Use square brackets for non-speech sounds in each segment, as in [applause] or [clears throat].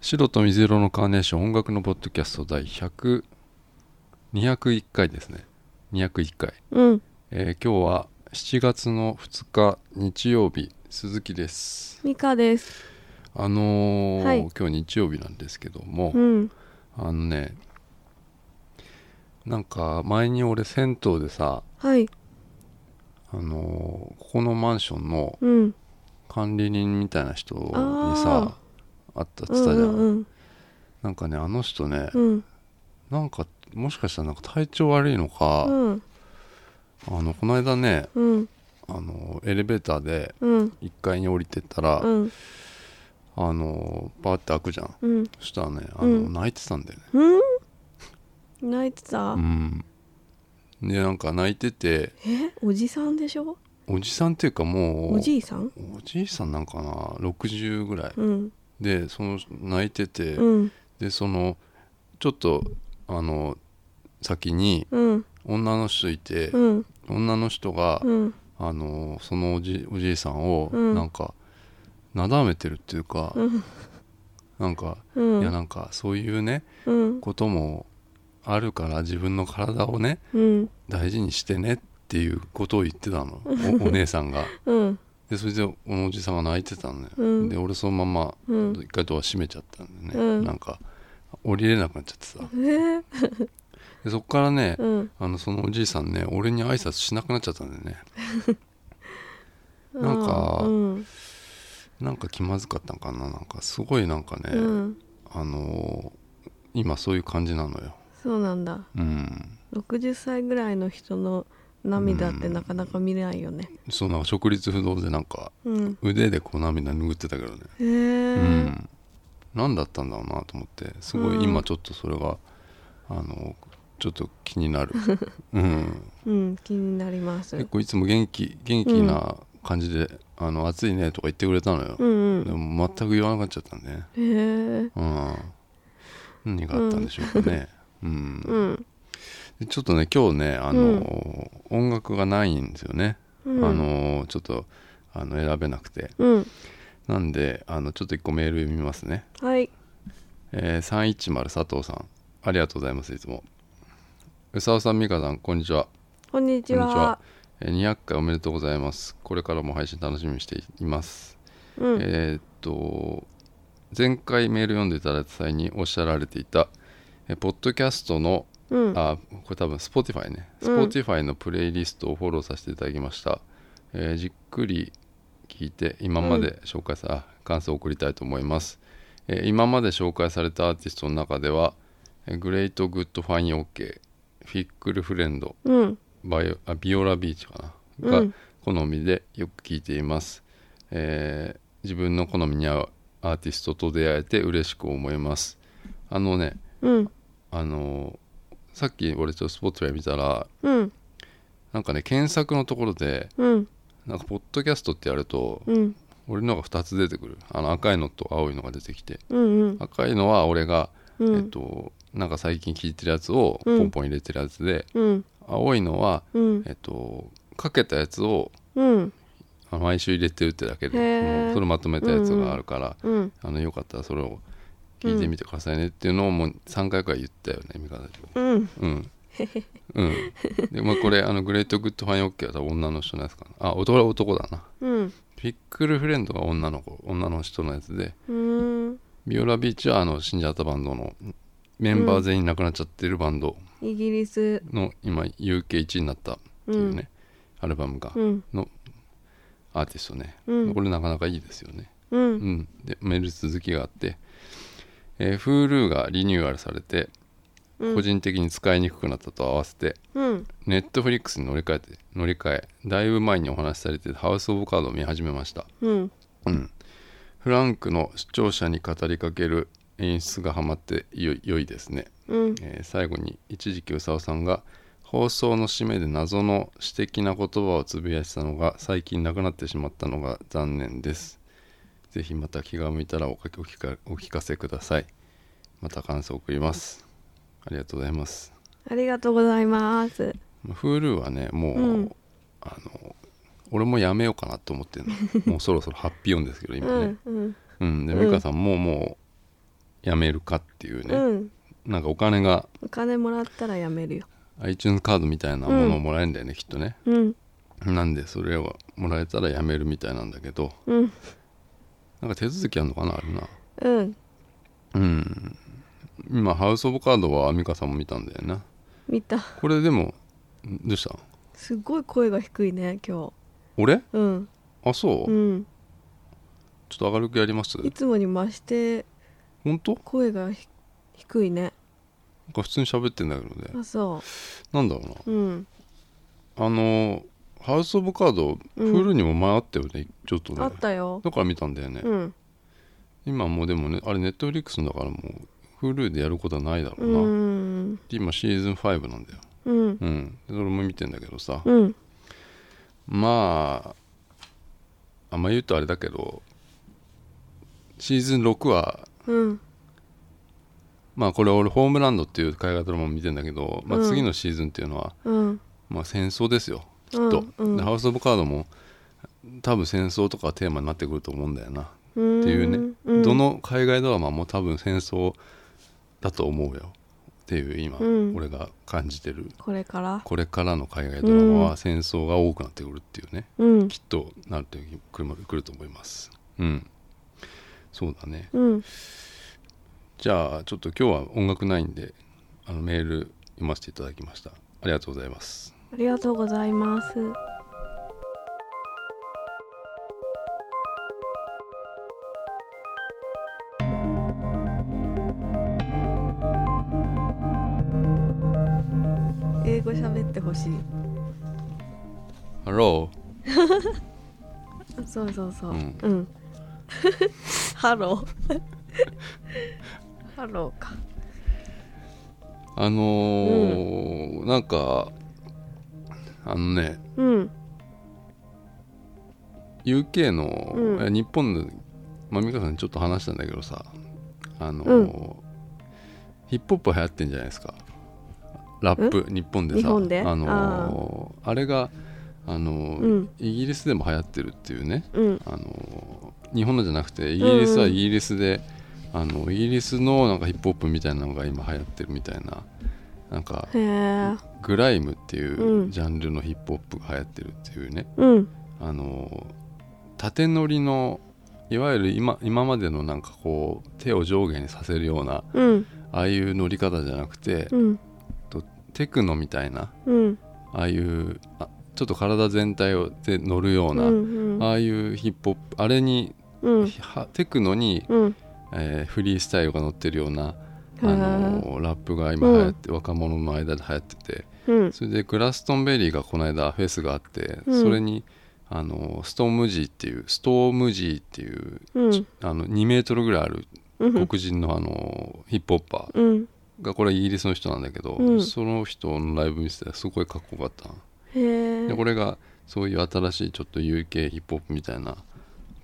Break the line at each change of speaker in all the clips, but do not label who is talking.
白と水色のカーネーション音楽のポッドキャスト第100 201回ですね201回、
うん。
えー今日は7月の2日日曜日鈴木です
ミカです。
あのー
はい
今日日曜日なんですけども、
うん。
あのねなんか前に俺銭湯でさ
はい。
あのーここのマンションの
うん。
管理人みたいな人にさ
あ
あったって
う
言っ
ん
たじゃん、
うん
なんかねあの人ね、
うん。
なんかもしかしたらなんか体調悪いのか、
うん。
あのこの間ね
うん。
あのエレベーターで
うん。
1階に降りてったら、
うん。
あのバーって開くじゃん
うん。
そしたらねあの、
うん
泣いてたんだよね
うん。泣いてた
う。んでなんか泣いてて
え、おじさんでしょ
おじさんっていうかもう
おじいさん。
おじいさんなんかな60ぐらい
うん。
でその泣いてて、
うん。
でそのちょっとあの先に
うん。
女の人いて、
うん。
女の人が、
うん。
あのそのおじおじいさんを
うん
なんか、なだめてるっていうか、
うん。
なんか、
うん。
いやなんかそういうね
うん。
こともあるから自分の体をね
うん。
大事にしてねっていうことを言ってたの
[laughs]
おお姉さんが
うん。
でそれでこのおじさんが泣いてたのよ、
うん
で俺そのまま
うん
一回ドア閉めちゃったんでね、
うん
なんか降りれなくなっちゃってさ
えー
でそっからね、
うん。
あのそのおじいさんね俺に挨拶しなくなっちゃったんだよねなんか
うん。
なんか気まずかったんかななんかすごいなんかね、
うん。
あのー今そういう感じなのよ
そうなんだ。
うん
六十歳ぐらいの人の涙ってなかなか見れないよね。
そうなんか直立不動でなんか
うん。
腕でこう涙拭ってたけどね
へ
う
え。
ん何だったんだろうなと思ってすご
う
い
ん
今ちょっとそれが、あのちょっと気に [laughs] なる、うん、
うん。気になります。
結構いつも元気元気な感じで「あの暑いね」とか言ってくれたのよ、
うん
で
うん。
も全く言わなくなっちゃったんでね、
へえ。
うん、何があったんでしょうかね、うん
うん。
でちょっとね今日ねあの、音楽がないんですよね、
うん
あのちょっとあの選べなくて
うん。
なんであのちょっと一個メール読みますね、
はい。
えー310佐藤さんありがとうございますいつもうさおさんみかさんこんにちは
こんにちは。
こんにちはえー200回おめでとうございますこれからも配信楽しみにしています、
うん。
えーっと前回メール読んでいただいた際におっしゃられていた、えーポッドキャストの
うん。
あこれ多分 Spotify ね
うん
Spotify のプレイリストをフォローさせていただきました、えーじっくり聞いて今まで紹介さ、あ感想を送りたいと思います、えー今まで紹介されたアーティストの中ではえーグレイト・グッド・ファイン・オッケーフィックル・フレンド
うん。
バイオあビオラ・ビーチかな
う
が
ん
好みでよく聞いています、えー自分の好みに合うアーティストと出会えて嬉しく思いますあのね
うん。
あのさっき俺ちょっとスポットで見たら
うん。
なんかね検索のところで
うん。
なんかポッドキャストってやると
うん。
俺のが2つ出てくるあの赤いのと青いのが出てきて
うん。
赤いのは俺が、
うん。
えっ。となんか最近聞いてるやつをポ
うん
ンポン入れてるやつで、
うん。
青いのは
うん。
えっとかけたやつを
うん。
あ毎週入れてるってだけで
へー
もうそれまとめたやつがあるから、
うん。
あのよかったらそれを聞いてみてくださいねっていうのをもう3回くらい言ったよね三方で。
うん。
うん。うん、でまあこれあのグレートグッドファインオッケーは多分女の人のやつかなあ男は男だな
うん。
ピックルフレンドが女の子女の人のやつで
うん。
ビオラビーチはあの死んじゃったバンドのメンバー全員亡くなっちゃってるバンド
イギリス。
の今 UK1 になったっていうね、アルバムが
うん。
アーティストね、
うん
これなかなかいいですよね、
う。
うんん、でメール続きがあって、えー、Hulu がリニューアルされて
うん。
個。人的に使いにくくなったと合わせて、
うん。
ネットフリックスに乗り換えて乗り換えだいぶ前にお話しされてたハウス・オブ・カードを見始めました、
うん。
うん、フランクの視聴者に語りかける演出がハマってよい良いですね、
うん。
えー最後に一時期うさおさんが放送の締めで謎の詩的な言葉をつぶやいてたのが最近なくなってしまったのが残念ですぜひまた気が向いたらおかけお聞かお聞かせくださいまた感想を送りますありがとうございます
ありがとうございます。
Hulu はねもう、
うん
あの俺もやめようかなと思っ
[laughs]
てるのもうそろそろハッピーオンですけど
う
今ね
ん。うん。
うん、で
うん
美香さんももやめるかっていうね、
うん
なんかお金が
お金もらったらやめるよ
iTunes カードみたいなものをもらえるんだよね、きっとね
うん
なんでそれをもらえたらやめるみたいなんだけど
うん
なんか手続きあるのかなあれな
うん
うん今ハウス・オブ・カードはアミカさんも見たんだよな
見た
これでもんどうした
すごい声が低いね今
俺
日うん
あそう、
うん
ちょっと明るくやります
いつもに増して
本当なん
声がひ低いね
か普通に喋ってんだけどね
あそ
なんだろうな
ううん
あのハウス・オブ・カード、
うん
フルにも前あったよねちょっとね
あったよ
だから見たんだよね、
うん
今もうでもねあれネットフリックスだからもうフルでやることはないだろ
う
うな、
ん
で今シーズン5なんだよ
うん
うんでそれも見てんだけどさ、
うん
まああんま言うとあれだけどシーズン6は
うん
まあこれ俺ホームランドっていう海外ドラマも見てんだけど、まあ、
うん
次のシーズンっていうのは、
うん
まあ戦争ですよ
きっ
と、
うん
でハウス・オブ・カードも多分戦争とかテーマになってくると思うんだよな、
うん
っていうね、
うん
どの海外ドラマも多分戦争だと思うよっていう今、
うん
俺が感じてる
これから
これからの海外ドラマは戦争が多くなってくるっていうね、
うん
きっとなる時来る来ると思いますうんそうだね
うん
じゃあちょっと今日は音楽ないんであのメール読ませていただきましたありがとうございます
ありがとうございます英語喋ってほしい
Hello
そうそうそう
う
うんん、 [laughs] ハロ [laughs] ーハローか
あのーなんかあのね
うん
UK の、
うん
え日本のまあ美香さんにちょっと話したんだけどさあのーヒップホップ流行ってんじゃないですかラップ日本でさ
日本で
あのーあれがあのー、
うん
イギリスでも流行ってるっていうね
うん
あのー日本のじゃなくてイギリスはイギリスで、あのイギリスのなんかヒップホップみたいなのが今流行ってるみたいななんか
へえ
グライムっていうんジャンルのヒップホップが流行ってるっていうね、
うん
あの縦乗りのいわゆる今今までのなんかこう手を上下にさせるような
うん
ああいう乗り方じゃなくて、
うん
テクノみたいな
うん
ああいうあちょっと体全体をで乗るよう
う
な、
んうん
ああいうヒップホップあれに、
うん
はテクノに、
うん
えーフリースタイルが乗ってるような、あ
へー
のラップが今流行って、若者の間で流行ってて
うん
それでグラストンベリーがこの間フェスがあって、
うん
それにあのストームジーっていうストームジーっていう
うん
あの2メートルぐらいある
うん
黒人のあのヒップホッパー
うん
がこれはイギリスの人なんだけど、
うん
その人のライブ見せたらすごいかっこよかったの
へ
で
え
これがそういう新しいちょっと UK ヒップホップみたいな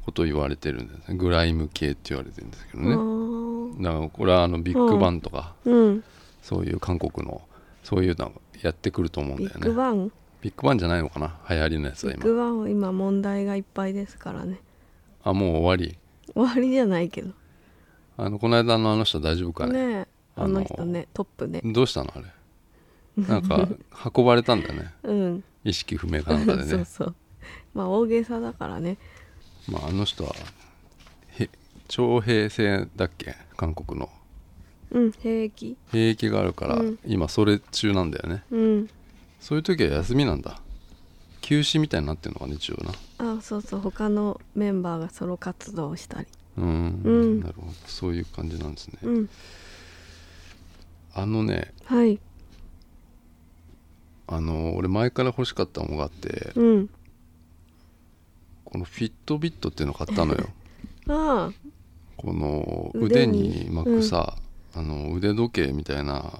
ことを言われてるんですねグライム系って言われてるんですけど
あ
ね
ー
だからこれはあのビッグバンとか、
うん
そういう韓国のそういうのやってくると思うん
ビ
だよ
ッグ
ね
バン
ビッグバンじゃないのかな流行りのやつ
ビ
は
ッグ
今
バンは今問題がいっぱいですからね [laughs]
あもう終わり
終わりじゃないけど
あのこの間のあの人大丈夫かね
ねえあの人ねトップね
どうしたのあれなんか運ばれたんだよ
[laughs]
ね
うん
意識不明かなんかで
[laughs] そう
ね
そうまあ大げさだからね
まああの人はへ徴兵制だっけ韓国の
うん平気
兵役があるから、
うん
今それ中なんだよね
うん
そういう時は休みなんだ休止みたいになってるのかね一応な
あそうそう他のメンバーがソロ活動をしたり
うーん
うん
なるほどそういう感じなんですね、
うん
あのね
はい
あの俺前から欲しかったものがあって
うん
このフィットビットっていうのを買ったのよ
ああ
この腕
腕に
に巻くさ、あの腕時計みたいな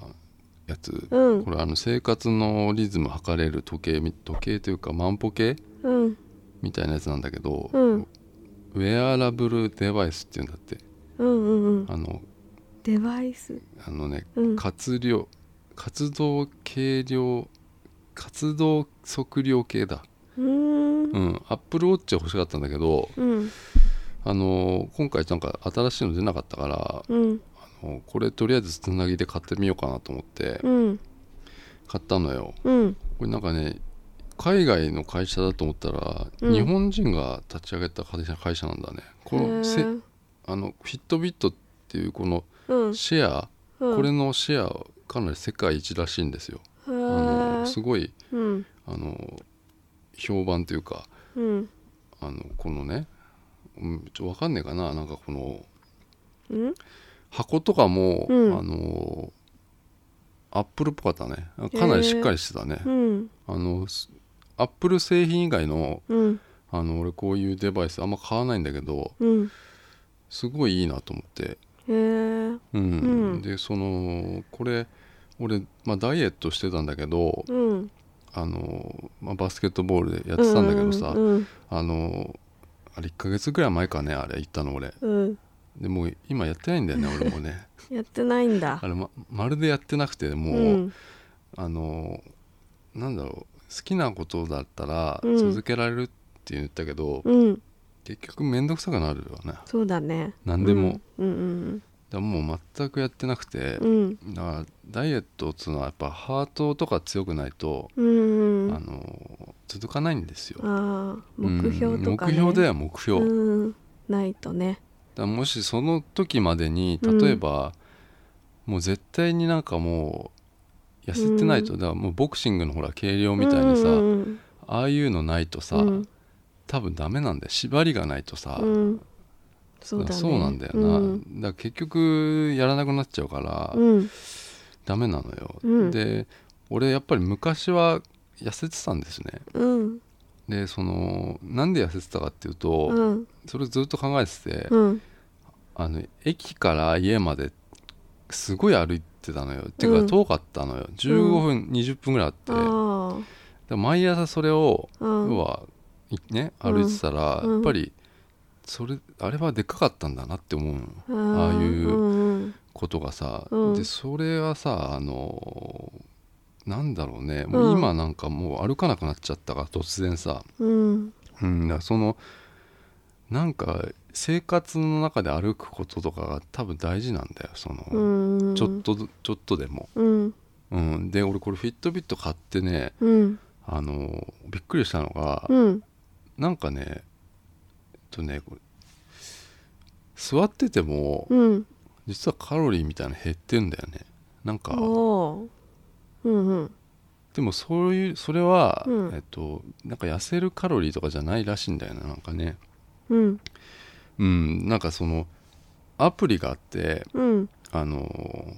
やつ、
うん
これあの生活のリズム測れる時計み時計というか万歩計
うん
みたいなやつなんだけど、
うん
ウェアラブルデバイスっていうんだって
うんうんうん
あの
デバイス
あのね、
うん
活量活動軽量活動測量計だ
うーん
うんアップルウォッチ欲しかったんだけど
うん
あの今回なんか新しいの出なかったから
うん
あもうこれとりあえずつなぎで買ってみようかなと思って
うん
買ったのよ
うん
これなんかね海外の会社だと思ったら、
うん
日本人が立ち上げた会社会社なんだねこ
へ
の
ー
せあのフィットビットっていうこの
うん
シェア、
うん
これのシェアはかなり世界一らしいんですよ、あ
へ
の
ー
すごい
うん
あの評判というか
うん
あのこのね、うん、ちょわかんねえかななんかこの
うん
箱とかも、
うん
あのアップルっぽかったねかなりしっかりしてたね、
うん
あのすアップル製品以外の
うん
あの俺こういうデバイスあんま買わないんだけど
うん
すごいいいなと思って、
へー
うん
うん
でそのこれ俺、まあ、ダイエットしてたんだけど
うん
あの、まあ、バスケットボールでやってたんだけどさ、
うん
あのあれ1ヶ月ぐらい前かねあれ行ったの俺
うんうん
でもう今やってないんだ
[laughs]
よね俺もね
やってないんだ
あれままるでやってなくてもう、
うん
あのなんだろう好きなことだったら
うん
続けられるって言ったけど、
うん
結局面倒くさくなるよねだか
そうだね
何でも
うんうん
らもう全くやってなくて
う、ん
だからダイエットっつうのはやっぱハートとか強くないと、
うんうん
あの続かないんですよ、
ああ目標とかね
うん目標だよ目標、だか
うんないとね
らもしその時までに
うん
例えば、もう絶対になんかもう痩せてないと、
う
だからもうボクシングのほら軽量みたいなさ、
うんうん
ああいうのないとさ、
うん
多分ダメなんだよ縛りがないとさ、
うんそう
だ
だ
から
ね
そうなんだよな、
うん
だから結局やらなくなっちゃうから、
うん
ダメなのよ、
うん
で俺やっぱり昔は痩せてたんですね
うん
でそのなんで痩せてたかっていうと、
うん
それずっと考えてて、
うん
あの駅から家まですごい歩いてたのよ、っていううんか遠かったのよ15分、20分ぐらいあってだか
あ
ら毎朝それを
あうん
要はいね
うん
歩いてたら、
うん
やっぱりそれあれはでっかかったんだなって思う
あ
ああいうんことがさ、
うん
でそれはさあのなんだろうねもう
うん
今なんかもう歩かなくなっちゃったから突然さ、
うん
うん、だからそのなんか生活の中で歩くこととかが多分大事なんだよその、
うん
ちょっとずちょっとでも、
うん
うん、で俺これフィットビット買ってね
うん
あのびっくりしたのが、
うん
なんかねえっとねこれ座ってても
うん
実はカロリーみたいなの減ってんだよねなんか
おーうんうん
でもそういうそれは、
うん
えっとなんか痩せるカロリーとかじゃないらしいんだよねなんかね
うん
うんなんかそのアプリがあって
うん
あの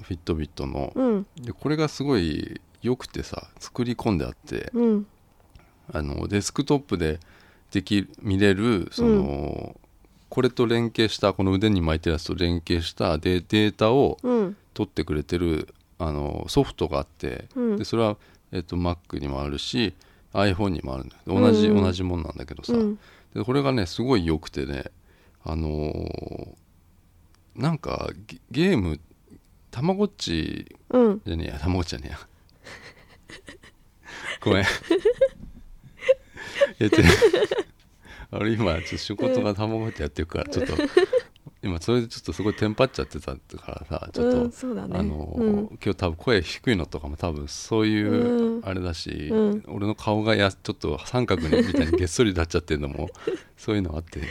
フィットビットの
うん
でこれがすごい良くてさ作り込んであって
うん
あのデスクトップででき見れるその、これと連携したこの腕に巻いてるやつと連携したでデータを
うん
取ってくれてるあのソフトがあって、
うん
でそれは、えっと Mac にもあるし iPhone にもあるんだけど同じ、
うんうん
同じもんなんだけどさ、
うん
でこれがねすごい良くてねあのーなんかゲゲームたまごっち
うん
じゃねえやたまごっちじゃねえや
[laughs]
ごめん [laughs] えっと [laughs] あれ今ちょっと仕事がたまごっちやってるからちょっと今それでちょっとすごいテンパっちゃってたからさちょっと、
うんそうだね
あのー
うん
今日多分声低いのとかも多分そういう
うん
あれだし、
うん
俺の顔がやちょっと三角にみたいにげっそりになっちゃってるの
[laughs]
もそういうのあって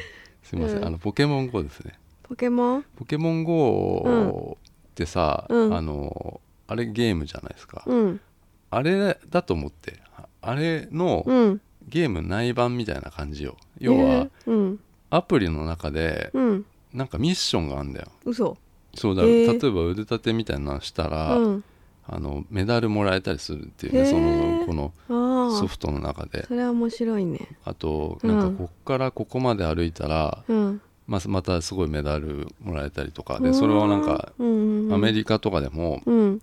すいません、
うん
あのポケモン GO ですね
ポケモン
ポケモン GO ってさ、
うん
あのーあれゲームじゃないですか、
うん
あれだと思ってああれの
うん
ゲーム内版みたいな感じよ要は
うん
アプリの中で
うん
なんかミッションがあるんだよ
嘘
そうだ、
へー
例えば腕立てみたいなのしたら、
うん
あのメダルもらえたりするっていうねそ
へ
の
ー
この
ああ
ソフトの中で
それは面白いね
あと
うん
なんかこっからここまで歩いたら、
うん
まあ、またすごいメダルもらえたりとか
う
で
ん
それはなんか
うん
アメリカとかでも、
うん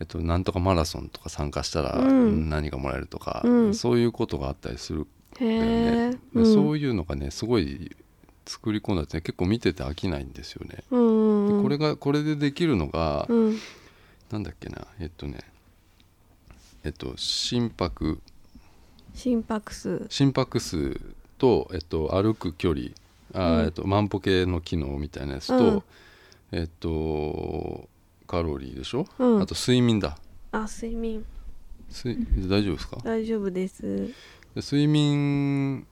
えっと、なんとかマラソンとか参加したら
うん
何がもらえるとか、
うん
そういうことがあったりする
へ
んだよね、
え
でそういうのがねすごい作り込んだってね結構見てて飽きないんですよね、で
こ
これがこれでできるのが、
うん
なんだっけなえっとねえっと心拍
心拍数
心拍数と、えっと、歩く距離あー、
うん
えっと、万歩計の機能みたいなやつと、
うん
えっとカロリーでしょ、
うん
あと睡眠だ
あ睡眠
睡大丈夫ですか
大丈夫です
で睡眠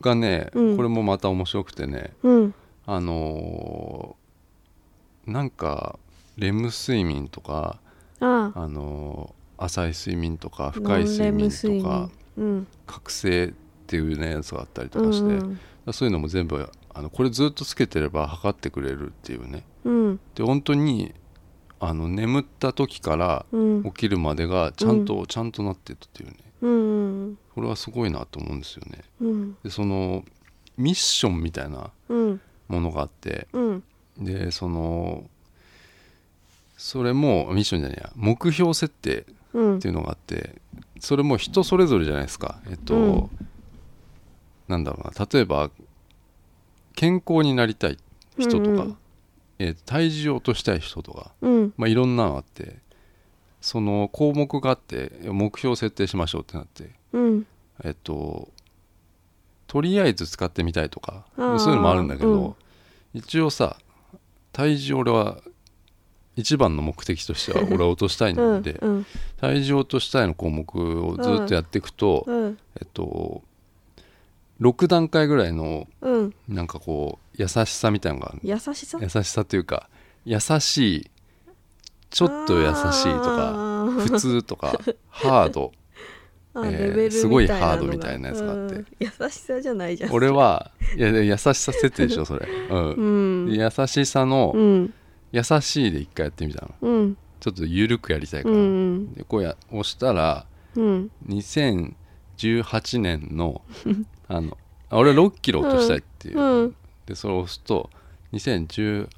がね、
うん
これもまた面白くてね
うん
あのーなんかレム睡眠とか、
あ
あのー浅い睡眠とか
ノ
深い
ンレ
睡
ム
眠とか
うん
覚醒っていうねやつがあったりと
う
か
ん
して、だか
うん
らそういうのも全部あのこれずっとつけてれば測ってくれるっていうね
うん
で本当にあの眠った時から
うん
起きるまでがちゃんと、ちゃんとなってたっていうね
うん
これはすごいなと思うんですよね
うん
でそのミッションみたいな
うん
ものがあって
うん
でそのそれもミッションじゃないや目標設定
うん
っていうのがあってそれも人それぞれじゃないですかえっと、
うん
なんだろうな例えば健康になりたい人とか、
うんうん
えー体重を落としたい人とか、
うん
まあ、いろんなのあってその項目があって目標を設定しましょうってなって
うん
えっととりあえず使ってみたいとか
あー
そういうのもあるんだけど、一応さ体重俺は一番の目的としては俺は落としたい
うん
んで、
うん
体重を落としたいの項目をずっとやっていくと、
うん
えっと6段階ぐらいの
うん
なんかこう優しさみたいなのがある
優しさ
優しさというか優しいちょっと優しいとか
あー
普通とかハー
[laughs]
ド
あ
えー
レベルみたいなのが
すごいハードみたいなやつがあって
うん優しさじゃないじゃん
俺はいやいや優しさ設定でしょそれ、うん
うん
で優しさの、
うん
優しいで一回やってみたの
うん
ちょっと緩くやりたいか
う
ら、
ん
でこうや押したら
うん
2018年
[laughs]
のあのあ俺6キロ落としたいっていう、
うん
でそれを押すと2018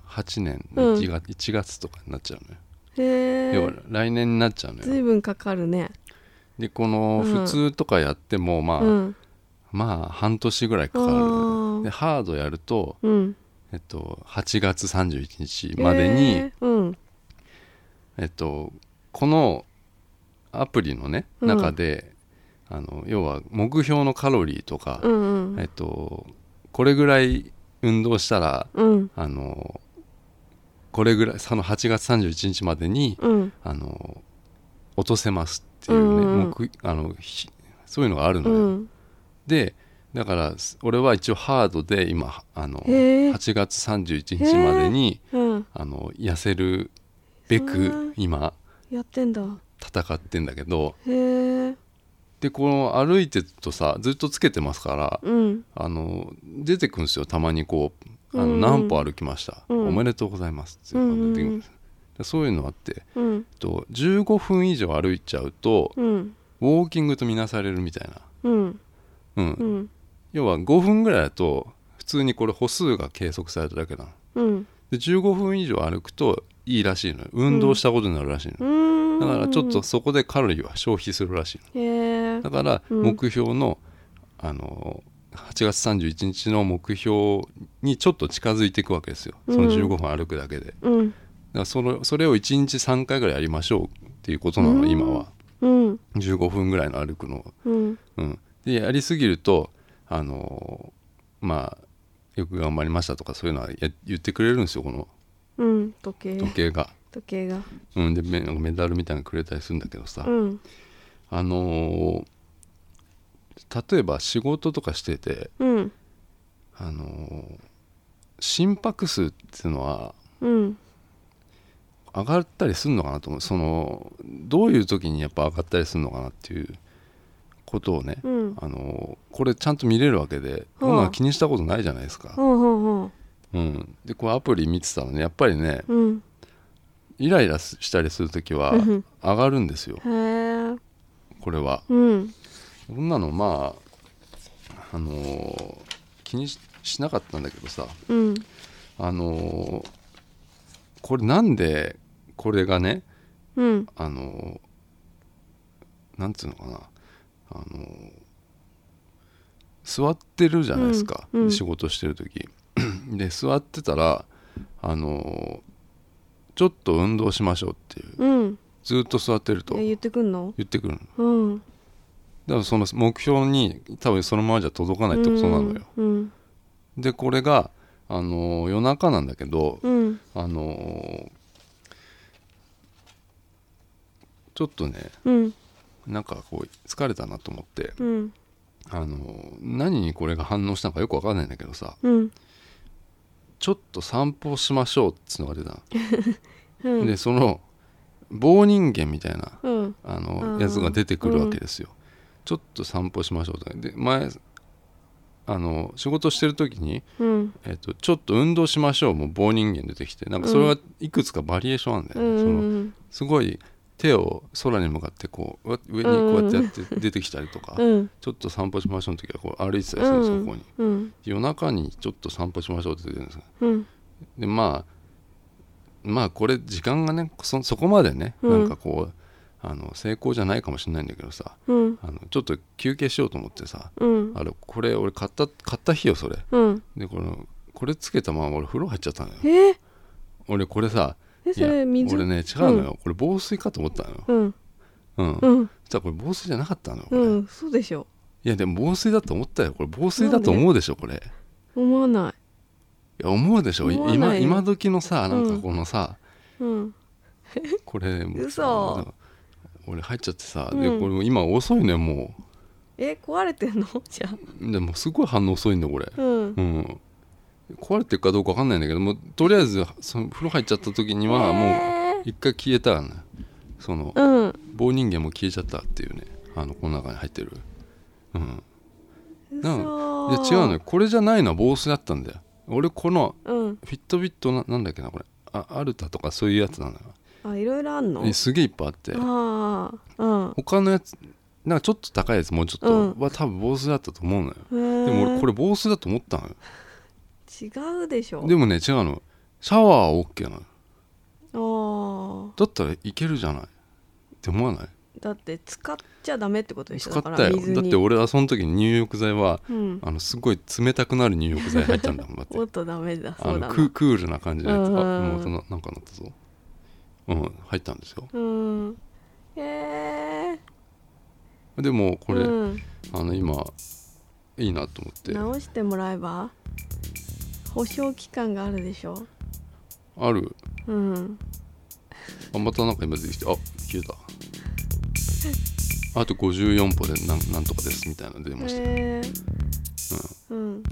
年
う
の
ん
1, 月1月とかになっちゃうのよ、
へえ
要は来年になっちゃうの
ずい
よ
ぶんかかるね
でこの
うん
普通とかやってもまあ、
うん
まあ半年ぐらいかかるの
あ
よ
ー
でハードやると、
うん
えっと、8月31日までに、
へーうん
えっと、このアプリのね
うん
中で、あの要は目標のカロリーとか
う、んう
えっ
ん
と、これぐらい運動したら
うん
あのこれぐらいその8月31日までに
うん
あの落とせますっていうね、
うんうん
目あのひそういうのがあるの
う
よ、
ん
でだからす俺は一応ハードで今あの
へー
8月31日までに
うん
あの痩せるべ
うん
く今
やってんだ
戦ってんだけど
へえ
でこの歩いてるとさずっとつけてますから
うん
あの出てくんですよたまにこうあ
うんう
の何
ん
歩歩きました、
うん
おめでとうございますっていうのが出てくるんですでそういうのあって
うん
えっと15分以上歩いちゃうと
うん
ウォーキングとみなされるみたいな、
うん
うん
うん
要は5分ぐらいだと普通にこれ歩数が計測されただけなの
うん
で15分以上歩くといいらしいのよ運動したことになるらしいの
う
よ、
ん
だからちょっとそこでカロリーは消費するらしいの
へえ
だから
うん
目標の,、あの8月31日の目標にちょっと近づいていくわけですよその
うん
15分歩くだけで、だか
うん
らそのそれを1日3回ぐらいやりましょうっていうことなの、
うん
今は
うん
15分ぐらいの歩くのを
うん
うんでやりすぎるとあのまあよく頑張りましたとかそういうのはや言ってくれるんですよこの
うん時計
時計が、
時計が
うん、でメなんかメダルみたいなのくれたりするんだけどさ、
うん
あの例えば仕事とかしてて
うん
あのー心拍数っていうのは
うん
上がったりするのかなと思うそのどういう時にやっぱ上がったりするのかなっていうことをね、
うん
あのーこれちゃんと見れるわけでこ
はあ
んなの気にしたことないじゃないですか、
ほうほうほ
うん、でこうアプリ見てたらねやっぱりね
ううん
イライラしたりする時は
うんうん
上がるんですよ
へえ
これは
うん
こんなのまああのー気にししなかったんだけどさ
うん
あのーこれなんでこれがね
うん
あのなんつうのかなあの座ってるじゃないですか、
うんうん
仕事してる時で座ってたらあのちょっと運動しましょうっていう
うん
ずっと座ってると
え
言
言ってくんの
ってくるのだ
うん
からその目標に多分そのままじゃ届かないってことなのよ、
うん
でこれがあの夜中なんだけど
うんうん
あのーちょっとね
うん
なんかこう疲れたなと思って、
うん
あのー何にこれが反応したのかよくわかんないんだけどさ
うん
ちょっと散歩をしましょうっつうのが出たの、
うん
でその棒人間みたいな
うん
あ
あ
の
ー
やつが出てくるわけですよ、ちょっと散歩しましょうとで前あの仕事してる時に、
うん
えっと、ちょっと運動しましょうも棒人間出てきてなんかそれがいくつかバリエーションあるんだ
う
よね、その
ん
すごい手を空に向かってこううわ上にこうやってやって出てきたりとか、
うん
ちょっと散歩しましょうの時はこう歩いてたりするんですよ、
うん
ここに
うん
夜中にちょっと散歩しましょうって出てるんですよ
うん
でまあまあこれ時間がねそそこまでね、
うん
なんかこうあの成功じゃないかもしれないんだけどさ
うん
あのちょっと休憩しようと思ってさ
うん
あれこれ俺買った買った日よそれ
うん
でこのこれつけたまま俺風呂入っちゃったのよ
えー
俺これさ
え
い
そ
や
れ
俺
水
ね違うのよ、これ防水かと思ったのよ
うん
うん、
うん
そしたらこれ防水じゃなかったのよこれ、
う
い
んそうでしょ
やでも防水だと思ったよこれ防水だと思うでしょこれ
思わない
いや思うでしょい
思わない
今
よ
今時のさなん
う
か
ん
このさ、
うん
これもう
嘘
さ俺入っちゃってさ、
うん
でこれもう今遅いねも
え壊れてんのじゃ
うでもすごい反応遅いんだこれ
あうん
うん壊れてるかどうか分かんないんだけどもうとりあえずその風呂入っちゃった時にはもう
えー
一回消えたねその
うん
棒人間も消えちゃったっていうねあのこの中に入ってるうんなん
嘘
いや違うのよこれじゃないのは防水だったんだよ俺この
うん
フィットビットななんだっけなこれあアルタとかそういうやつなんだよ
あいろいろあんの
えすげえいっぱいあって
ああ
他のやつなんかちょっと高いやつもうちょっと
うん
は多分防水だったと思うのよ、
うん
でも俺こ
れ
れ防水だと思ったのよ
違うでしょ
でもね違うのシャワーは OK なの
ああ
だったらいけるじゃないって思わない
だって使っちゃダメってことでしょ
使っ
だから
たよ
水に
だって俺はその時に入浴剤は
うん
あのすごい冷たくなる入浴剤入ったんだもんだっ
[laughs]
て
もっとダメだ
あ
そうだ
の
な
ククールな感じのやつ、
うんうん
あ
うん
もうそのなんかなったぞうん入ったんですよ
うんへえ
でもこれ、
うん、
あの今いいなと思って
直してもらえば保証期間があるでしょ
ある
うん
あまたなんか今出てきてあ消えたあと54歩でなんなんとかですみたいなの出ました、
へえうん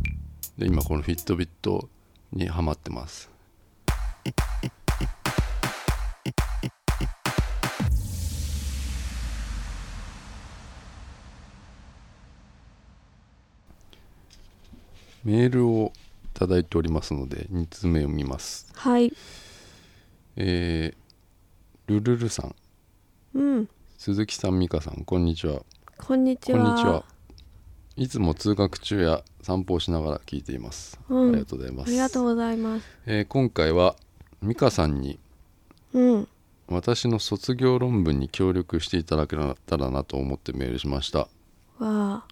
で今このフィットビットにはまってますメールをいただいておりますので2通目を見ます
はい
えー、ルルルさん
うん
鈴木さん美香さんこんにちは
こんにち
こ
は
んにちはいつも通学中や散歩をしながら聞いています、
うん
ありがとうございま
あ
す
りがとうございます
えー今回は美香さんに
うん
私の卒業論文に協力していただけたらなと思ってメールしました
わあ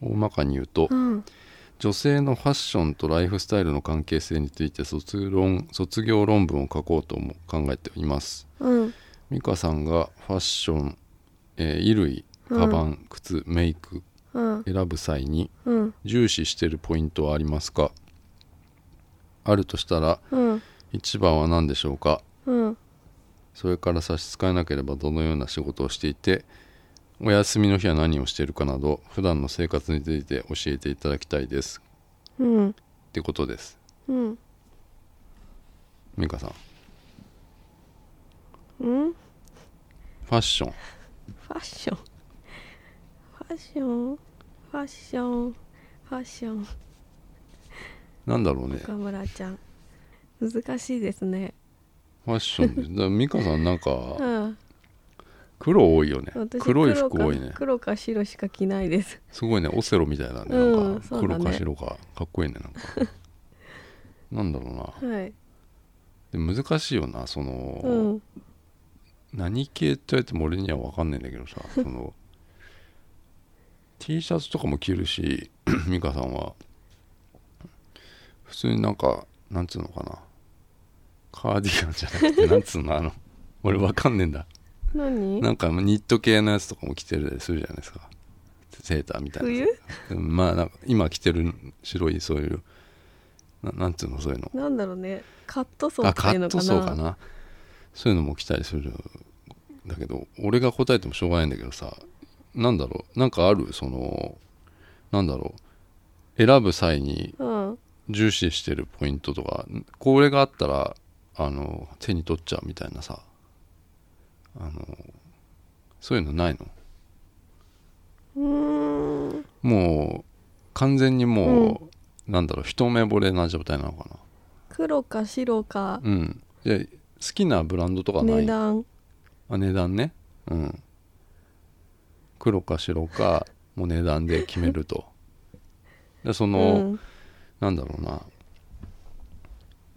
大まかに言うと
うん
女性のファッションとライフスタイルの関係性について卒論卒業論文を書こうとも考えています
うん
美香さんがファッション、えー衣類カバン、靴メイク
うん
選ぶ際に
うん
重視しているポイントはありますかあるとしたら
うん
一番は何でしょうか
うん
それから差し支えなければどのような仕事をしていてお休みの日は何をしているかなど普段の生活について教えていただきたいです
うん
ってことです
うん
美香さん
うん
ファッション
ファッションファッションファッションファッション
なんだろうね
岡村ちゃん難しいですね
ファッションですだから美香さんなん
う
か
ん
黒多いよね
私
黒い
か
服多いね
黒か白しか着ないです
すごいねオセロみたいだね
うん
なんか
そうだ
黒
ね
か白かかっこいいねなんかなんだろうな
はい
でも難しいよなそ
うん
の何系って言われても俺には分かんないんだけどさその T シャツとかも着るし [clears throat] 美香さんは普通になんかなんつうのかなカーディガンじゃなくてなんつうのあの俺分かんねえんだ
何
なんかニット系のやつとかも着てるするじゃないですかセーターみたいな
冬
うんまあなんか今着てる白いそういうななんていうのそういうの
なんだろうねカットソー
あ
とか
カ
いう
ッ
のか
ト
な
ソーかなそういうのも来たりするんだけど俺が答えてもしょうがないんだけどさなんだろうなんかあるそのなんだろう選ぶ際に
うん
重視してるポイントとかこれがあったらあの手に取っちゃうみたいなさあのそういうのないの
うーん
もう完全にもう、なんだろう一目惚れな状態なのかな
黒か白か
うんで好きなブランドとかない
値段
あ値段ねうん黒か白かもう値段で決めるとでその、
うん、
なんだろうな、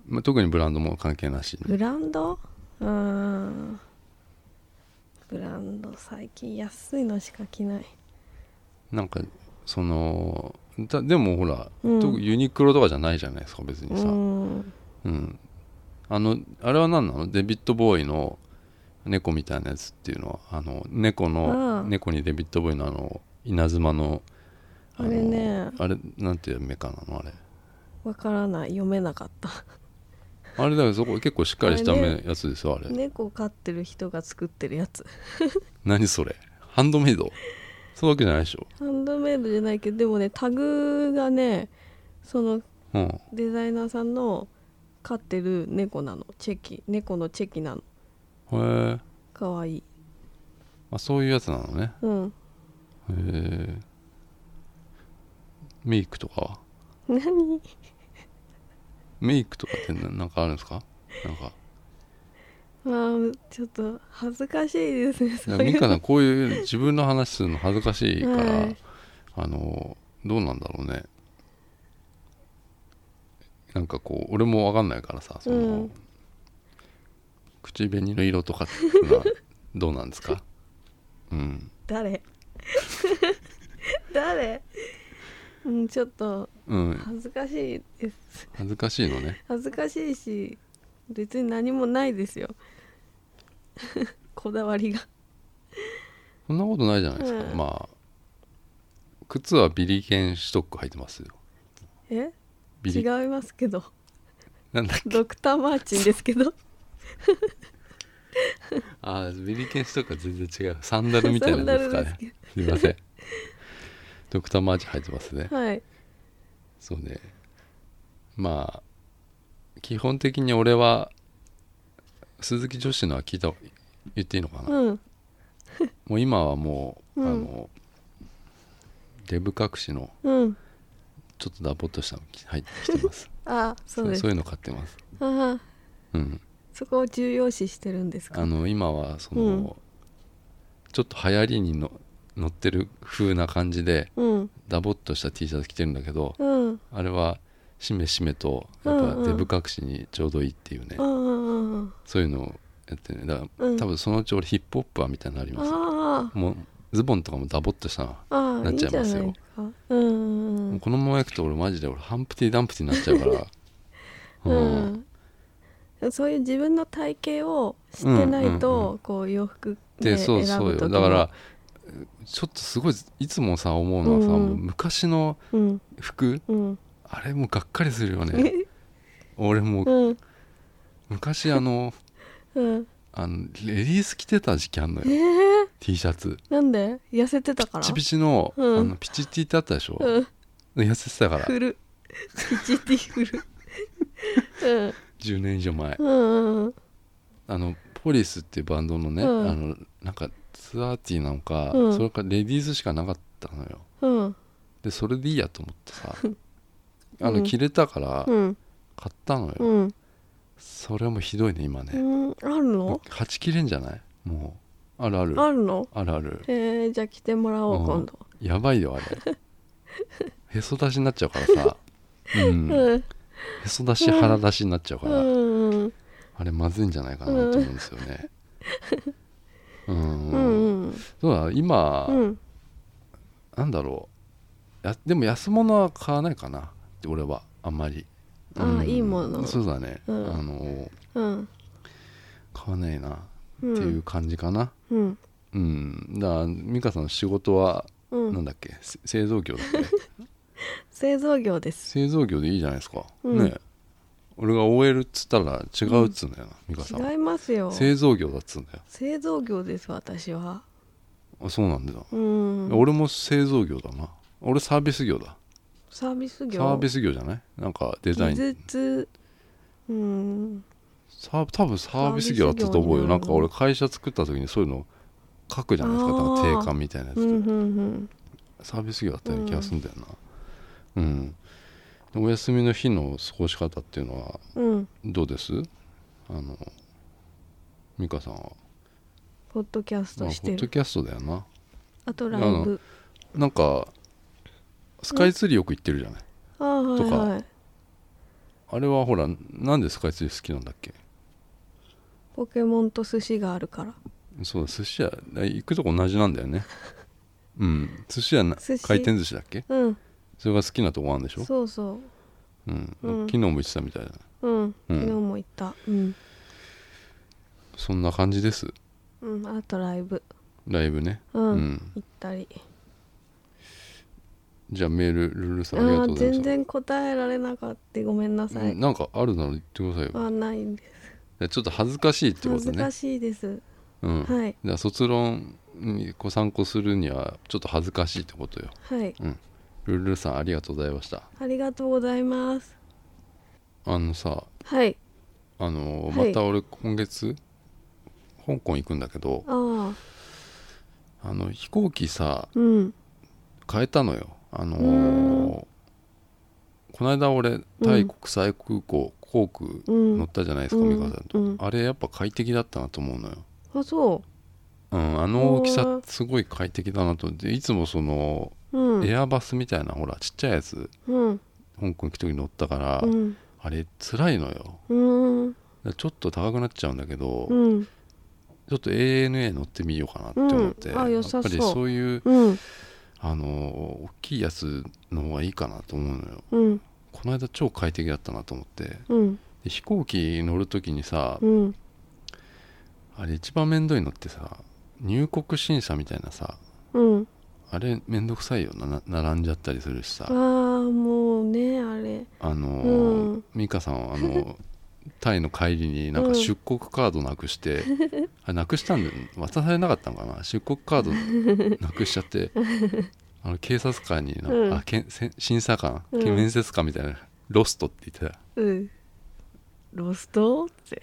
まあ、特にブランドも関係なしに
ブランドうんブランド最近安いのしか着ない
なんかそのだでもほら、
うん
特にユニクロとかじゃないじゃないですか別に
う
さ、
ん
うんあのあれは何なのデビッド・ボーイの猫みたいなやつっていうのはあの猫の
ああ
猫にデビッド・ボーイのあの稲妻のの
あれね
あれなんていうメカなのあれ
わからない読めなかった
あれだからそこ結構しっかりした
あれ
め
ね
やつですよあれ
猫飼ってる人が作ってるやつ
何それハンドメイドそういうわけじゃないでしょ
ハンドメイドじゃないけどでもねタグがねその
うん
デザイナーさんの飼ってる猫なのチェキ猫のチェキなの
へえ
かわいい
あそういうやつなのね
うん
へえメイクとかは
何 [laughs]
メイクとかってななんかあるんですかなんか
あーちょっと恥ずかしいですね
い
そ
や
うい
ミ
う
カ
の
さんこういう自分の話するの恥ずかしいから、
はい
あのどうなんだろうねなんかこう俺もわかんないからさその、
うん
口紅の色とかっていうのはどうなんです
[laughs]
かうん
誰 [laughs] 誰うんちょっと
うん
恥ずかしいです
恥ずかしいのね
恥ずかしいし別に何もないですよ [laughs] こだわりが
そんなことないじゃないですか、
うん
まあ靴はビリケンストック履いてますよ
え
ビ
違
リ
いますけど
なんだっけ
ドクターマーチンです
[laughs]
けど
あービリケンストックは全然違うサンダルみたいなやつですかね
[laughs] サンダルです
すいませんドクターマーチン履いてますね
はい
そうねまあ基本的に俺は鈴木女子のは聞いた言っていいのかな、
うん
もう今はもう、
うん
あのデブ隠しの
うん
ちょっとダボっとしたの着入ってきてます
あ [laughs] そうです
そういうの買ってます
ああ
うん
そこを重要視してるんですか
あの今はその、
うん
ちょっと流行りにの乗ってる風な感じで
うん
ダボっとした T シャツ着てるんだけど
うん
あれはしめしめとやっ
うんう
ぱ
ん
デブ隠しにちょうどいいっていうね、
うんうん
そういうのをやってねだから
うん
多分そのうち俺ヒップホップはみたいになりますよ
あ
もうズボンとかもダボっとしたな、
あああ
なっ
いい
ち
じ
ゃ
ゃ
いま
ない
す
で
よ
すかうんう
もうんこのままいくと俺マジで俺ハンプティ・ダンプティになっちゃう
[laughs]
から、
う
うん
んうんそういう自分の体型を知ってない
うんうん
とこう洋服
で
で選
そう
ぶ
そうよ
時も
だからちょっとすごいいつもさ思うのはさ、
うんうん
もう昔の
うん
服
うん
あれもうがっかりするよね俺も
[laughs] う
うん昔あの
うん
あのレディース着てた時期あんの
え
よ
ー
T シャツ
なんで痩せてたから
チビチの,、
うん
あのピチティってあったでしょ、
うん
痩せてたから [laughs]
フル一 d フルうん
10年以上前
うんうん
あのポリスっていうバンドのね、
うん
あのなんかツアーティーなのか、
うん
それかレディースしかなかったのよ
うん
でそれでいいやと思ってさあ
う
の
ん
着れたから
うん
買ったのよ、
うん
それはもうひどいね今ね、
うんあるの
8切れんじゃないもうあるある
あるの
あるある
えー、じゃあ着てもらおう、
うん
今度
やばいよあ
[laughs]
れへそ出しになっちゃうからさ、うん、へ
うん
そ出し腹出しになっちゃうか
う
ら、
んうん
あれまずいんじゃないかなと思うんですよねうん、
うん
そうだ今、
うん
なんだろうやでも安物は買わないかなって俺はあんまり
あーいいもの
そうだね、
うん
あの
うん
買わないな
う
っていうん感じかな
うん
うん、だから美香さんの仕事は
う
なん
ん [laughs]
だっけ、せ製造業だっけ
製造業です
製造業でいいじゃないですか、
うん
ねえ俺が OL っつったら違うっつうんだよな、美香さんは
違いますよ
製造業だっつうんだよ
製造業です私は
あそうなんだ、
うん
俺も製造業だな俺サービス業だ
サービス業
サービ
ス
ス業じゃないなんかデザイン
うん
サー多分サービス業だったと思うよ
サ
な
ービス業になるの
んか俺会社作った時にそういうの書くじゃないですか
あー
なんか定款みたいなやつ
う
で、
んうん
サービス業だったような気がするんだよなうん、お休みの日の過ごし方っていうのは
うんうん
どうですあの美香さんは、
ポッドキャス
まあ
ト
ポ
して
ッド
る
キャストだよな
あとライブ
なんかスカイツリーよく行ってるじゃない
ああはい
とか
はい
あれはほらなんでスカイツリー好きなんだっけ
ポケモンと寿司があるから
そうだ寿司屋行くとこ同じなんだよ
[laughs]
ねうん寿司屋な
寿司
回転寿司だっけ
うん
それが好きなとこあるんでしょ、
そうそう
ん、
うん
昨日も言ってたみたいな
う
う
うん
ん
昨日も行ったうん
そんな感じです
うんあとライブ
ライブね
うん、
うん
行ったり
じゃあメールルルさ
あ
んありがとう
ー
ございます
全然答えられなかったごめんなさい、
うんなんかあるなら言ってくださいよ
あないんです
じゃあちょっと恥ずかしいってこ
恥
と
ず
ね
かしいです、
うん
はい
じゃあ卒論にこう参考するにはちょっと恥ずかしいってことよ
はい
ルルさんありがとうございました
ありがとうございます
あのさ
はい
あの
はい
また俺今月、香港行くんだけど
ああ
あの飛行機さ
うん
変えたのよあのー
うー
この間俺タイ国際空港、航空
うん
乗ったじゃないですか、
うん
美香さんと、
うん
あれやっぱ快適だったなと思うのよ
あそ
うん、あの大き
う
さ
わー
すごい快適だなと思っていつもその
ううん
エアバスみたいなほらちっちゃいやつ
うん
香港行く時に乗ったから、
うん
あれ辛いのよ
うん
ちょっと高くなっちゃうんだけど、
うん
ちょっと ANA 乗ってみようかなって思って、
うんあ良さそう
やっぱりそういう
うん
あの大きいやつの方がいいかなと思うのよ
うん
この間超快適だったなと思って
うん
で飛行機乗る時にさ、
うん
あれ一番面倒いのってさ入国審査みたいなさ
うん
あれめんどくさいよなな並んじゃったりするしさ
ああもうねあれ
あの
う
ー
ん
美香さんはあ
[laughs]
のタイの帰りになん
う
か
ん
出国カードなく
[laughs]
して、あれなくしたんで渡されなかったのかな出国カー
[laughs]
ドなくしちゃってあの警察官にな、
うん
あけんせん審査官、け
うん
面接官みたいなロストって言ってた
うんロストって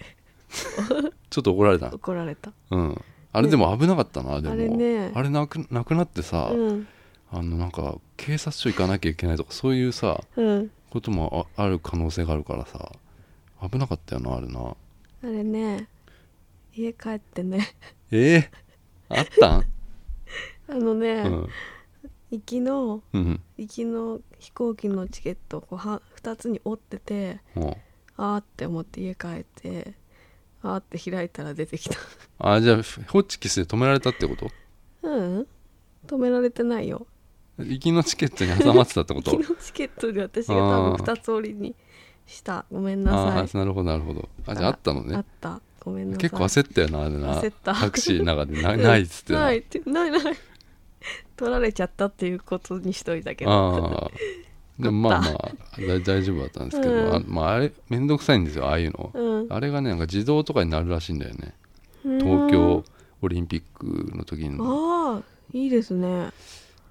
ちょっと怒られた、
怒られた
うん、あれでも危なかったな、でも
あれね
あれなくなくなってさ、
うん
あのなんか警察署行かなきゃいけないとかそういうさ
うん
こともあある可能性があるからさ危なかったよなあれな
あれね家帰ってね
えー、あ
[laughs]
ったん
あのね、
うん
行きの
うん
行きの飛行機のチケットをこうは2つに折ってて
うん
あーって思って家帰ってあーって開いたら出てきた
あじゃあホッチキスで止められたってこと
うん止められてないよ
行きのチケットに挟まってたってこ
[laughs] 昨
と
日チケットで私が多分2つ折りにしたごめんな
あ
さ
あ
い
ーなるほどなるほどあじゃああったの
あ
ね
ったごめんなさい
結構焦ったよなあれな
焦った
タクシーの中でなないっつってな
[laughs] ないってないない取られちゃったっていうことにしといたけど
ああでもまあまあだ大丈夫だったんですけど、
うん
あまあ、あれめんどくさいんですよああいうの、
うん
あれがねなんか自動とかになるらしいんだよね
東
東京オリンピックの時に
ああいいですね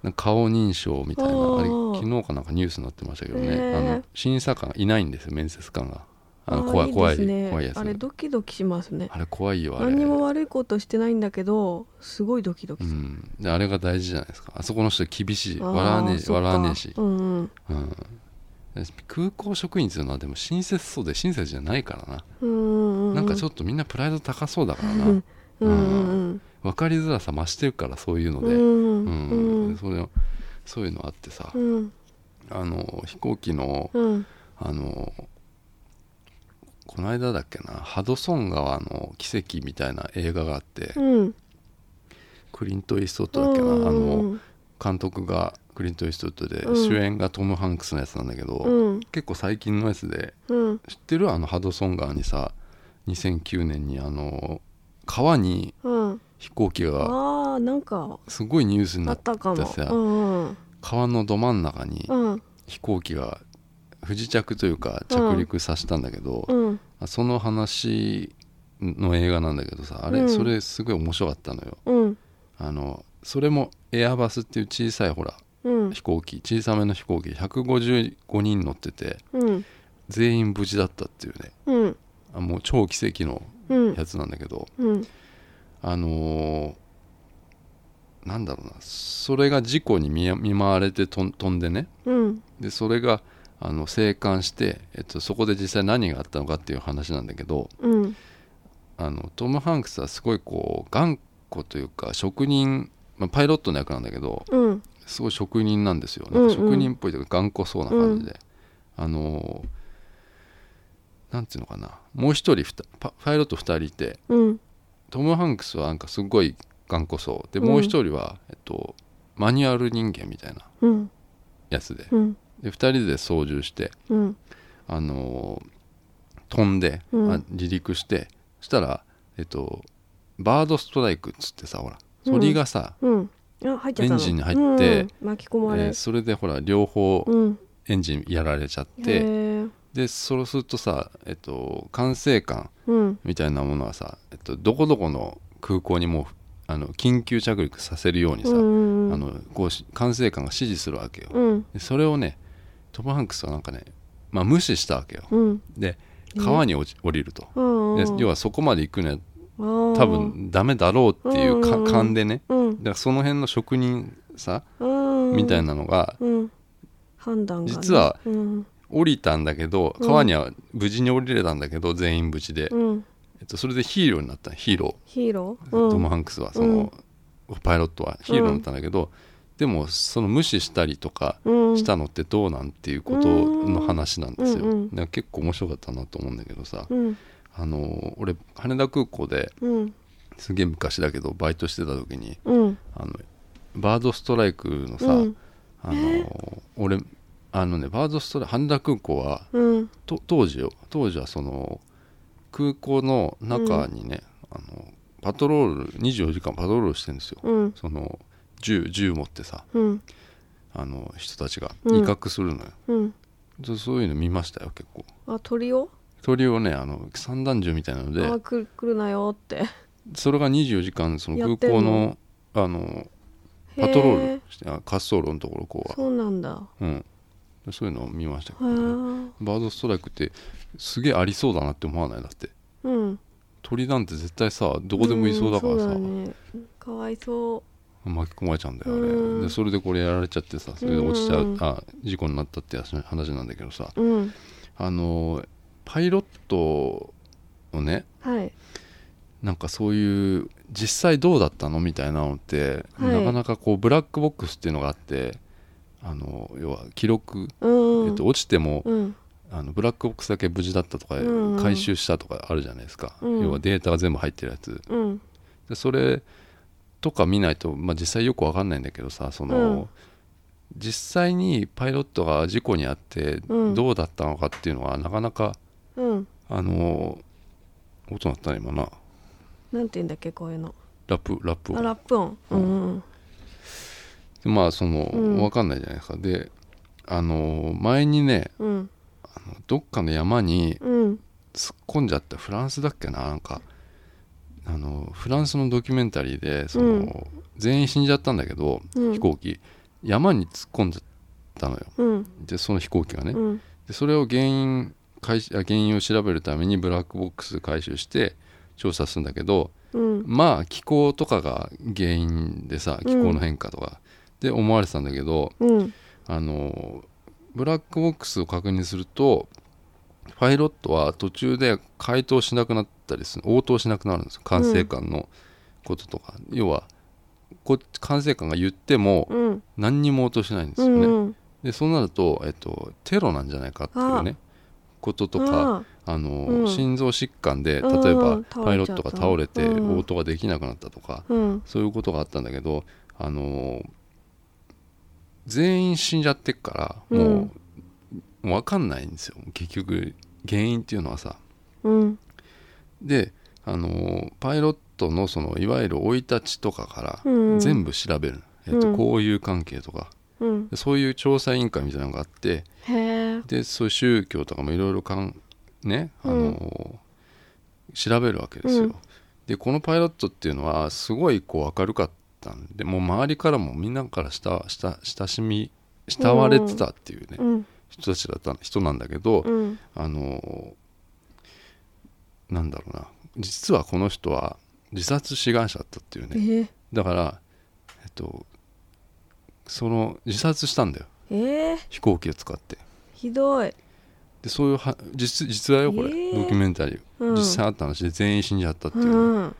なんか顔認証みたいな
お
あれ
ー
昨日かなんかニュースになってましたけどね、
へー
あの審査官いないんですよ面接官があの
ー
怖い怖い
ですね
怖いやつ
あれドキドキしますね
あれ怖いよあれ
何にも悪いことしてないんだけどすごいドキド
う
キする、
ん、であれが大事じゃないですかあそこの人厳しい
あー
笑わねえ
そっか
笑わねえし
う、んうん
うん、空港職員っていうのはでも親切そうで親切じゃないからな、
うんう
なんかちょ
っ
っとみんなプライド高そうだから
う
なん
うん
分かりづらさ増してるからそういうの
うんう
で、
ん
う
うん
それをそういうのあってさ、
うん
あの飛行機の
うん
あのこの間だっけなハドソン川の奇跡みたいな映画があって、
うん
クリント・イーストウッドだっけな、あ
う
の
ん
監督がクリント・イーストウッドで、
うん
主演がトム・ハンクスのやつなんだけど、
うん
結構最近のやつで
うん
知ってるあのハドソン川にさ2009年にあの川に
うん
飛行機が
ああなんか
すごいニュースに
あ
な
っ
った
たかも
さ
うんうん
川のど真ん中に
うん
飛行機が不時着というか着陸させたんだけど、
うん
その話の映画なんだけどさあれ、
うん
それすごい面白かったのよ
うん
あのそれもエアバスっていう小さいほら
うん
飛行機小さめの飛行機155人乗ってて
うん
全員無事だったっていうね
うん
あもう超奇跡の
うん
やつなんだけど、
うん
あのーなんだろうなそれが事故に見や見舞われてとん飛んでね
うん
でそれがあの生還して、えっと、そこで実際何があったのかっていう話なんだけど
うん
あのトム・ハンクスはすごいこう頑固というか職人、まあ、パイロットの役なんだけど
うん
すごい職人なんですよ
うん
な
うんん
か職人っぽいというか頑固そうな感じで、あのーなんていうのかなもう一人ふたパパイロット2人いて、
うん
トム・ハンクスはなんかすごい頑固そうで
うん
もう一人は、えっと、マニュアル人間みたいな
うん
やつで
うん
で2人で操縦して、
うん
あのー飛んで、
うん
あ離陸してそしたら、えっと、バードストライクっつってさほら鳥がさ、
うんあ入っちゃったの
エンジンに入って
うん巻き込ま
え
れ
ーそれでほら両方
うん
エンジンやられちゃっ
へ
て、
ー
でそうするとさ、えっと、管制官
うん
みたいなものはさ、えっと、どこどこの空港にもうあの緊急着陸させるように
う
さ、
ん
あのこうし管制官が指示するわけよ、
うん
でそれをねトム・ハンクスはなんかね、まあ、無視したわけよ
うん
で川に落ち降りると、
うん
で
うん
要はそこまで行くには
多
多分ダメだろうっていうか
うん
勘でね
うん
だからその辺の職人さ
うん
みたいなのが
うん判断がね
実は
うん
降りたんだけど
うん
川には無事に降りれたんだけど全員無事で、
うん
えっと、それでヒーローになったのヒーロ
ヒーロ
ー、
ー
トム・ハンクスはその、パイロットはヒーローになったんだけど、でもその無視したりとか、
うん
したのってどうなんていうことの話なんですよ。
うんうん
だから結構面白かったなと思うんだけどさ、
うん
あの俺羽田空港で
うん
すげえ昔だけどバイトしてた時に
うん
あのバードストライクのさ、
うん
あの俺あのねバードストライク羽田空港は
うん
と当時よ当時はその空港の中にね、あのパトロール24時間パトロールしてるんですよ。
うん
その銃銃持ってさ
うん
あの人たちが
う
威
ん
嚇するのよ。
うん
そそういうの見ましたよ結構
あ鳥を
鳥をねあの散弾銃みたいなの
あ
で
来る来るなよって
それが24時間その
や
空
ってん
港
の
のあの
へ
パトロールしてあ滑走路のところこうは
そうなんだ
うんでそういうのを見ましたけ
へ
どね、
ー
バードストライクってすげえありそうだなって思わないだって
うん
鳥なんて絶対さどこでもいそうだから
ん
さ、
そうだねかわいそ
巻き込まれちゃうんだよあれ、
うん
でそれでこれやられちゃってさそれで落ちちゃう、
うん
あ事故になったって話なんだけどさ
ううん
あのパイロットのね
はい
なんかそういう実際どうだったのみたいなのって、
はい
なかなかこうブラックボックスっていうのがあってあの要は記録、
うん
えっと、落ちても、
うん
あのブラックボックスだけ無事だったとか、
うんうん
回収したとかあるじゃないですか、
うん
要はデータが全部入ってるやつ
うん
でそれとか見ないと、まあ、実際よくわかんないんだけどさその、
うん
実際にパイロットが事故に遭って
うん
どうだったのかっていうのはなかなか
うん
あの音鳴ったね今な
なんて言うんだっけこういうの
ラップラップ
あラップ音うんうん
でまあその、
うん
わかんないじゃないですかであの前にね
うん
どっかの山に
うん
突っ込んじゃったフランスだっけななんかあのフランスのドキュメンタリーでその、
うん
全員死んじゃったんだけど、
うん
飛行機山に突っ込んじゃったのよ
うん
でその飛行機がね、
うん
でそれを原因回収あ原因を調べるためにブラックボックス回収して調査するんだけど、
うん
まあ気候とかが原因でさ気候の変化とか、で思われてたんだけど、
うん
あのブラックボックスを確認するとパイロットは途中で回答しなくなったりする応答しなくなるんですよ管制官のこととか、要はこ管制官が言っても
うん
何にも応答しないんです
う
よね、
ん
でそうなると、えっと、テロなんじゃないかっていうねこととか
あ
あの、
うん
心臓疾患で
うん
例えば
倒れちゃった
パイロットが倒れて
うん
応答ができなくなったとか、
ーうん
そういうことがあったんだけど、あのー全員死んじゃってっからもう分かんないんですよ結局原因っていうのはさ
うん
で、あのーパイロットのそのいわゆる生い立ちとかか
う
ら
ん
全部調べる、えっ
う
と、
ん
交友関係とか、
うん
でそういう調査委員会みたいなのがあって
へえ
でそういう宗教とかもいろいろかんねあの、調べるわけですよ、
うん
でこのパイロットっていうのはすごいこう明るかったんでもう周りからもみんなからしたした親しみ慕われてたっていうね、
うん
人たちだった人なんだけど、
うん
あのなんだろうな実はこの人は自殺志願者だったっていうね
え
だからえっとその自殺したんだよ
えー、
飛行機を使って
ひどい、
でそういうは実実話よこれ、
えー
ドキュメンタリー、
うん、
実際あった話で全員死んじゃったっていうね、
うん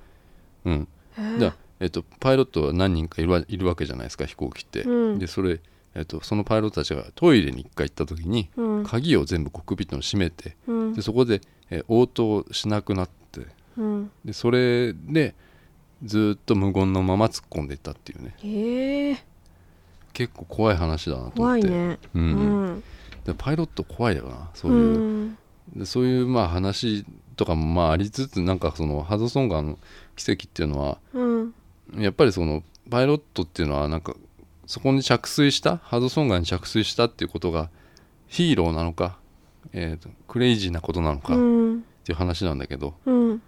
うん
へー
じゃあえっと、パイロットは何人かいるわいるわけじゃないですか飛行機って、
うん
でそれ、えっと、そのパイロットたちがトイレに一回行った時に
うん
鍵を全部コックピットに閉めて
うん
でそこで、えー応答しなくなって
うん
でそれでずっと無言のまま突っ込んでいったっていうね
ええー、
結構怖い話だなと思
怖
っ
い
て、
ね
う
うんん
でパイロット怖いよなそう
う
いう、
ん
でそういうまあ話とかもまあありつつなんかそのハドソン川の奇跡っていうのは
うん
やっぱりそのパイロットっていうのはなんかそこに着水したハドソン川に着水したっていうことがヒーローなのか、えーとクレイジーなことなのか
う
っ
ん
ていう話なんだけど、
うん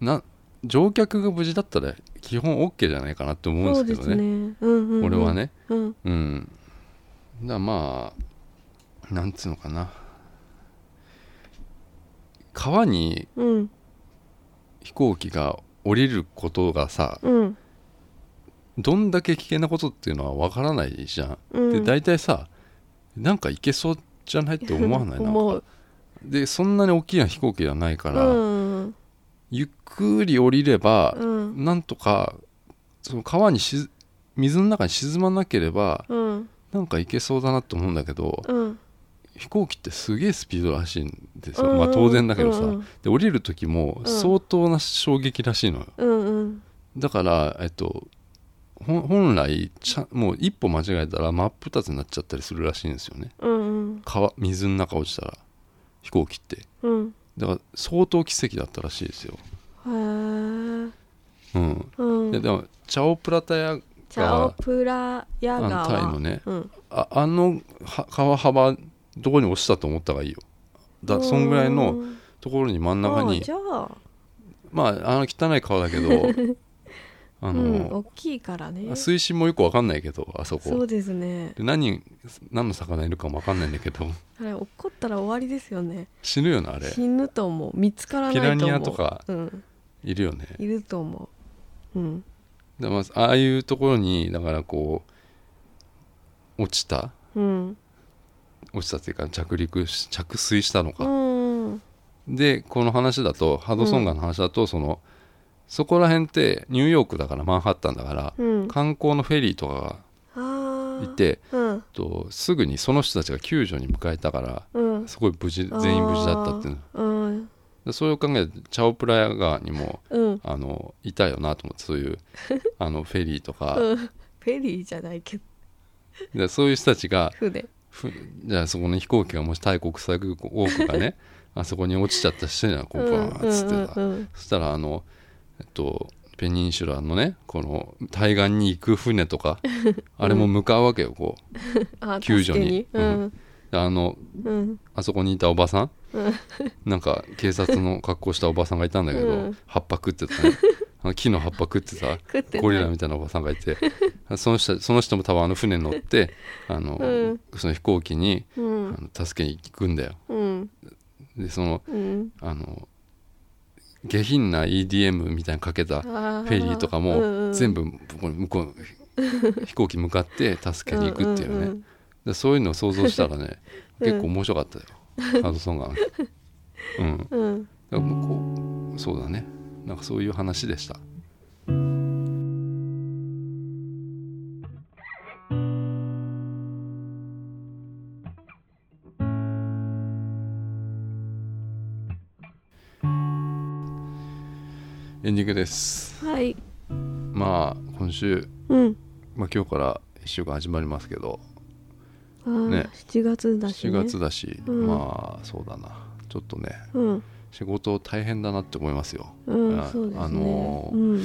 な乗客が無事だったら基本 OK じゃないかなって思
そううん
で
です
けど
す
ね
ねうんうんうん
俺はね
うん
うんだからまあなんつうのかな川に
うん
飛行機が降りることがさ
うん
どんだけ危険なことっていうのはわからないじゃん、
うん
で大体さなんか行けそうじゃないって思わないなん
思
か
う
でそんなに大きな飛行機ではないから、
うん
ゆっくり降りれば、
うん
なんとかその川にしず水の中に沈まなければ
うん
なんか行けそうだなと思うんだけど
うん
飛行機ってすげえスピードらしいんですよ、
うん
まあ当然だけどさ、
うんうん
で降りる時も相当な衝撃らしいのよ
うんうん
だからえっとほん本来ちゃもう一歩間違えたら真っ二つになっちゃったりするらしいんですよね
うん
川水の中落ちたら飛行機って
うん
だから相当奇跡だったらしいですよ
うんへえ
うん
うん
ででもチャオプラタヤ
チャオプラヤ
あの
川
タイのね
うん
ああのは川幅どこに落ちたと思った方がいいよだそんぐらいのところに真ん中
あ
に
じゃあ
まああの汚い川だけど
[laughs]
あ
うん
の、
大きいからねそ
水深もよくわかんないけどあそこ
うですね
で何何の魚いるかもわかんないんだけど [laughs]
あれ怒ったら終わりですよね
死ぬよなあれ
死ぬと思う見つからないと思う
ピラニアとか
うん
いるよね
いると思ううん
だまずああいうところにだからこう落ちた
うん
落ちたっていうか着陸し着水したの
う
か、
ん
でこの話だとハドソン川の話だと、そのそこら辺ってニューヨークだからマンハッタンだから、
うん
観光のフェリーとか
あ
が
あ
いて
うん
とすぐにその人たちが救助に迎えたから
うん
すごい無事全員無事だったっていうの
うん
でそういう考えでチャオプラヤ川にも
うん
あのいたよなと思ってそう
[laughs]
いうあのフェリーとか、
うんフェリーじゃないけど
でそういう人たちが
船
ふじゃあそこに飛行機がもし大国際空港多くが
[laughs]
ねあそこに落ちちゃったりしてんじゃんこうバーンっつってさ、
うんうん
そしたらあのえっとペニンシュラのねこの対岸に行く船と
[laughs]
か、あれも向かうわけよこう
うんあ
救助に
助けうん
であの
うん
あそこにいたおばさん
うん
なんか警察の格好したおばさんがいたんだけど、
うん
葉っぱ食ってたねあの木の葉っぱ食ってた
食ってた
ゴリラみたいなおばさんがい
[laughs]
てその人その人も多分あの船に乗ってあの、
うん
その飛行機に
う
あ
ん
の助けに行くんだよ
うん
でその
うん
あの下品な EDM みたいにかけた
フ
フェリーとかも全
部
部ここに向こう飛行機向かって助けに行くっていうね、
うん
でそういうのを想像したらね
[laughs] うん
結構面白かったよ、ハードソンがうん
うんうんうん
だからもうこうそうだねなんかそういう話でしたエンディングです
はい
まあ今週、
うん
まあ、今日から1週間始まりますけど
あー
ね
7月だし
7
ね
月だし、
うん
まあそうだなちょっとね
うん
仕事大変だなって思いますよ
うん
あ
そうですね
あのー
うん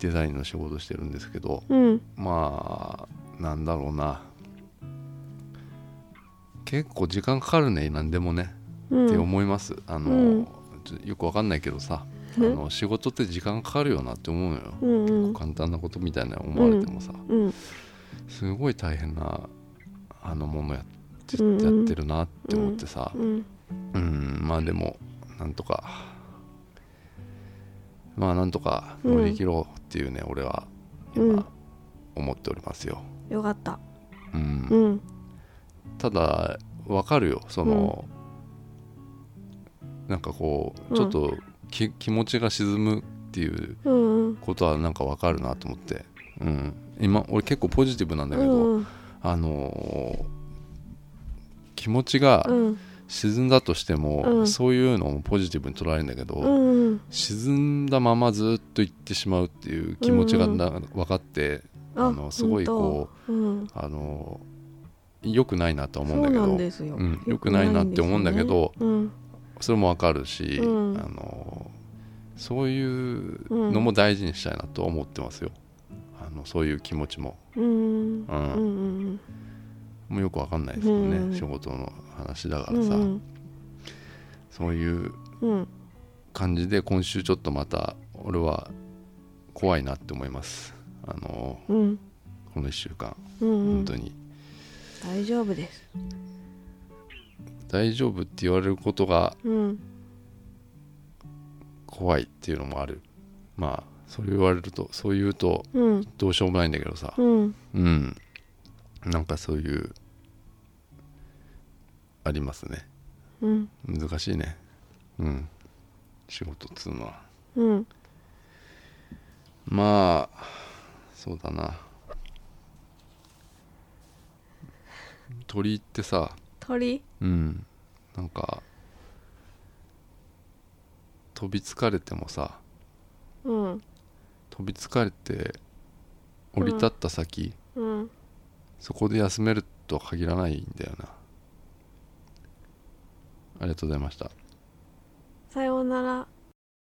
デザインの仕事してるんですけど
うん
まあなんだろうな結構時間かかるね何でもね、
うん
って思いますあの、
うん
ちょよくわかんないけどさあ
うん
の仕事って時間かかるよなって思うのよ、
うんうん
簡単なことみたいな思われてもさ、
うん
すごい大変なあのものやっち
うんうん
やってるなって思ってさ
うん
うん、まあでもなんとかまあなんとか乗り切ろうっていうね、俺は
うん
今思っておりますよ、
よかった
うん
うん
ただわかるよその、なんかこう
う
んちょっとき、気持ちが沈むっていう
うんうん
ことはなんかわかるなと思って、うん、今俺結構ポジティブなんだ
う
けど、
ん
あのー気持ちが
うん
沈んだとしても、
うん
そういうのもポジティブに捉えるんだけど、
うん
沈んだままずっと行ってしまうっていう気持ちがな分かって、あのすごいこ
う、うん、
あのよくないなとは思
そうう
だ
ん
け
なん
ど
ですよ、
うん良くないなって思うんだけど
良くないん
それも分かるし、
うん
あのそういうのも大事にしたいなとは思ってますよ、あのそういう気持ちも、
ですようん
うん
うんうん
もうよく分かんないですよね、
うん
仕事の話だか
うんう
ら
ん
さ、
うん
そういう
うん
感じで今週ちょっとまた俺は怖いなって思いますあの
うん
この1週間
うんう
本
ん
当に、
大丈夫です
大丈夫って言われることが
うん
怖いっていうのもあるまあそれ言われるとそう言うと
うん
どうしようもないんだけどさ
うん
うんなんかそういうありますね
うん
難しいねうん仕事っつうのは
うん
まあそうだな鳥ってさ
鳥
うんなんか飛びつかれてもさ
うん
飛びつかれて降り立った先、
うん
そこで休めるとは限らないんだよなありがとうございました
さようなら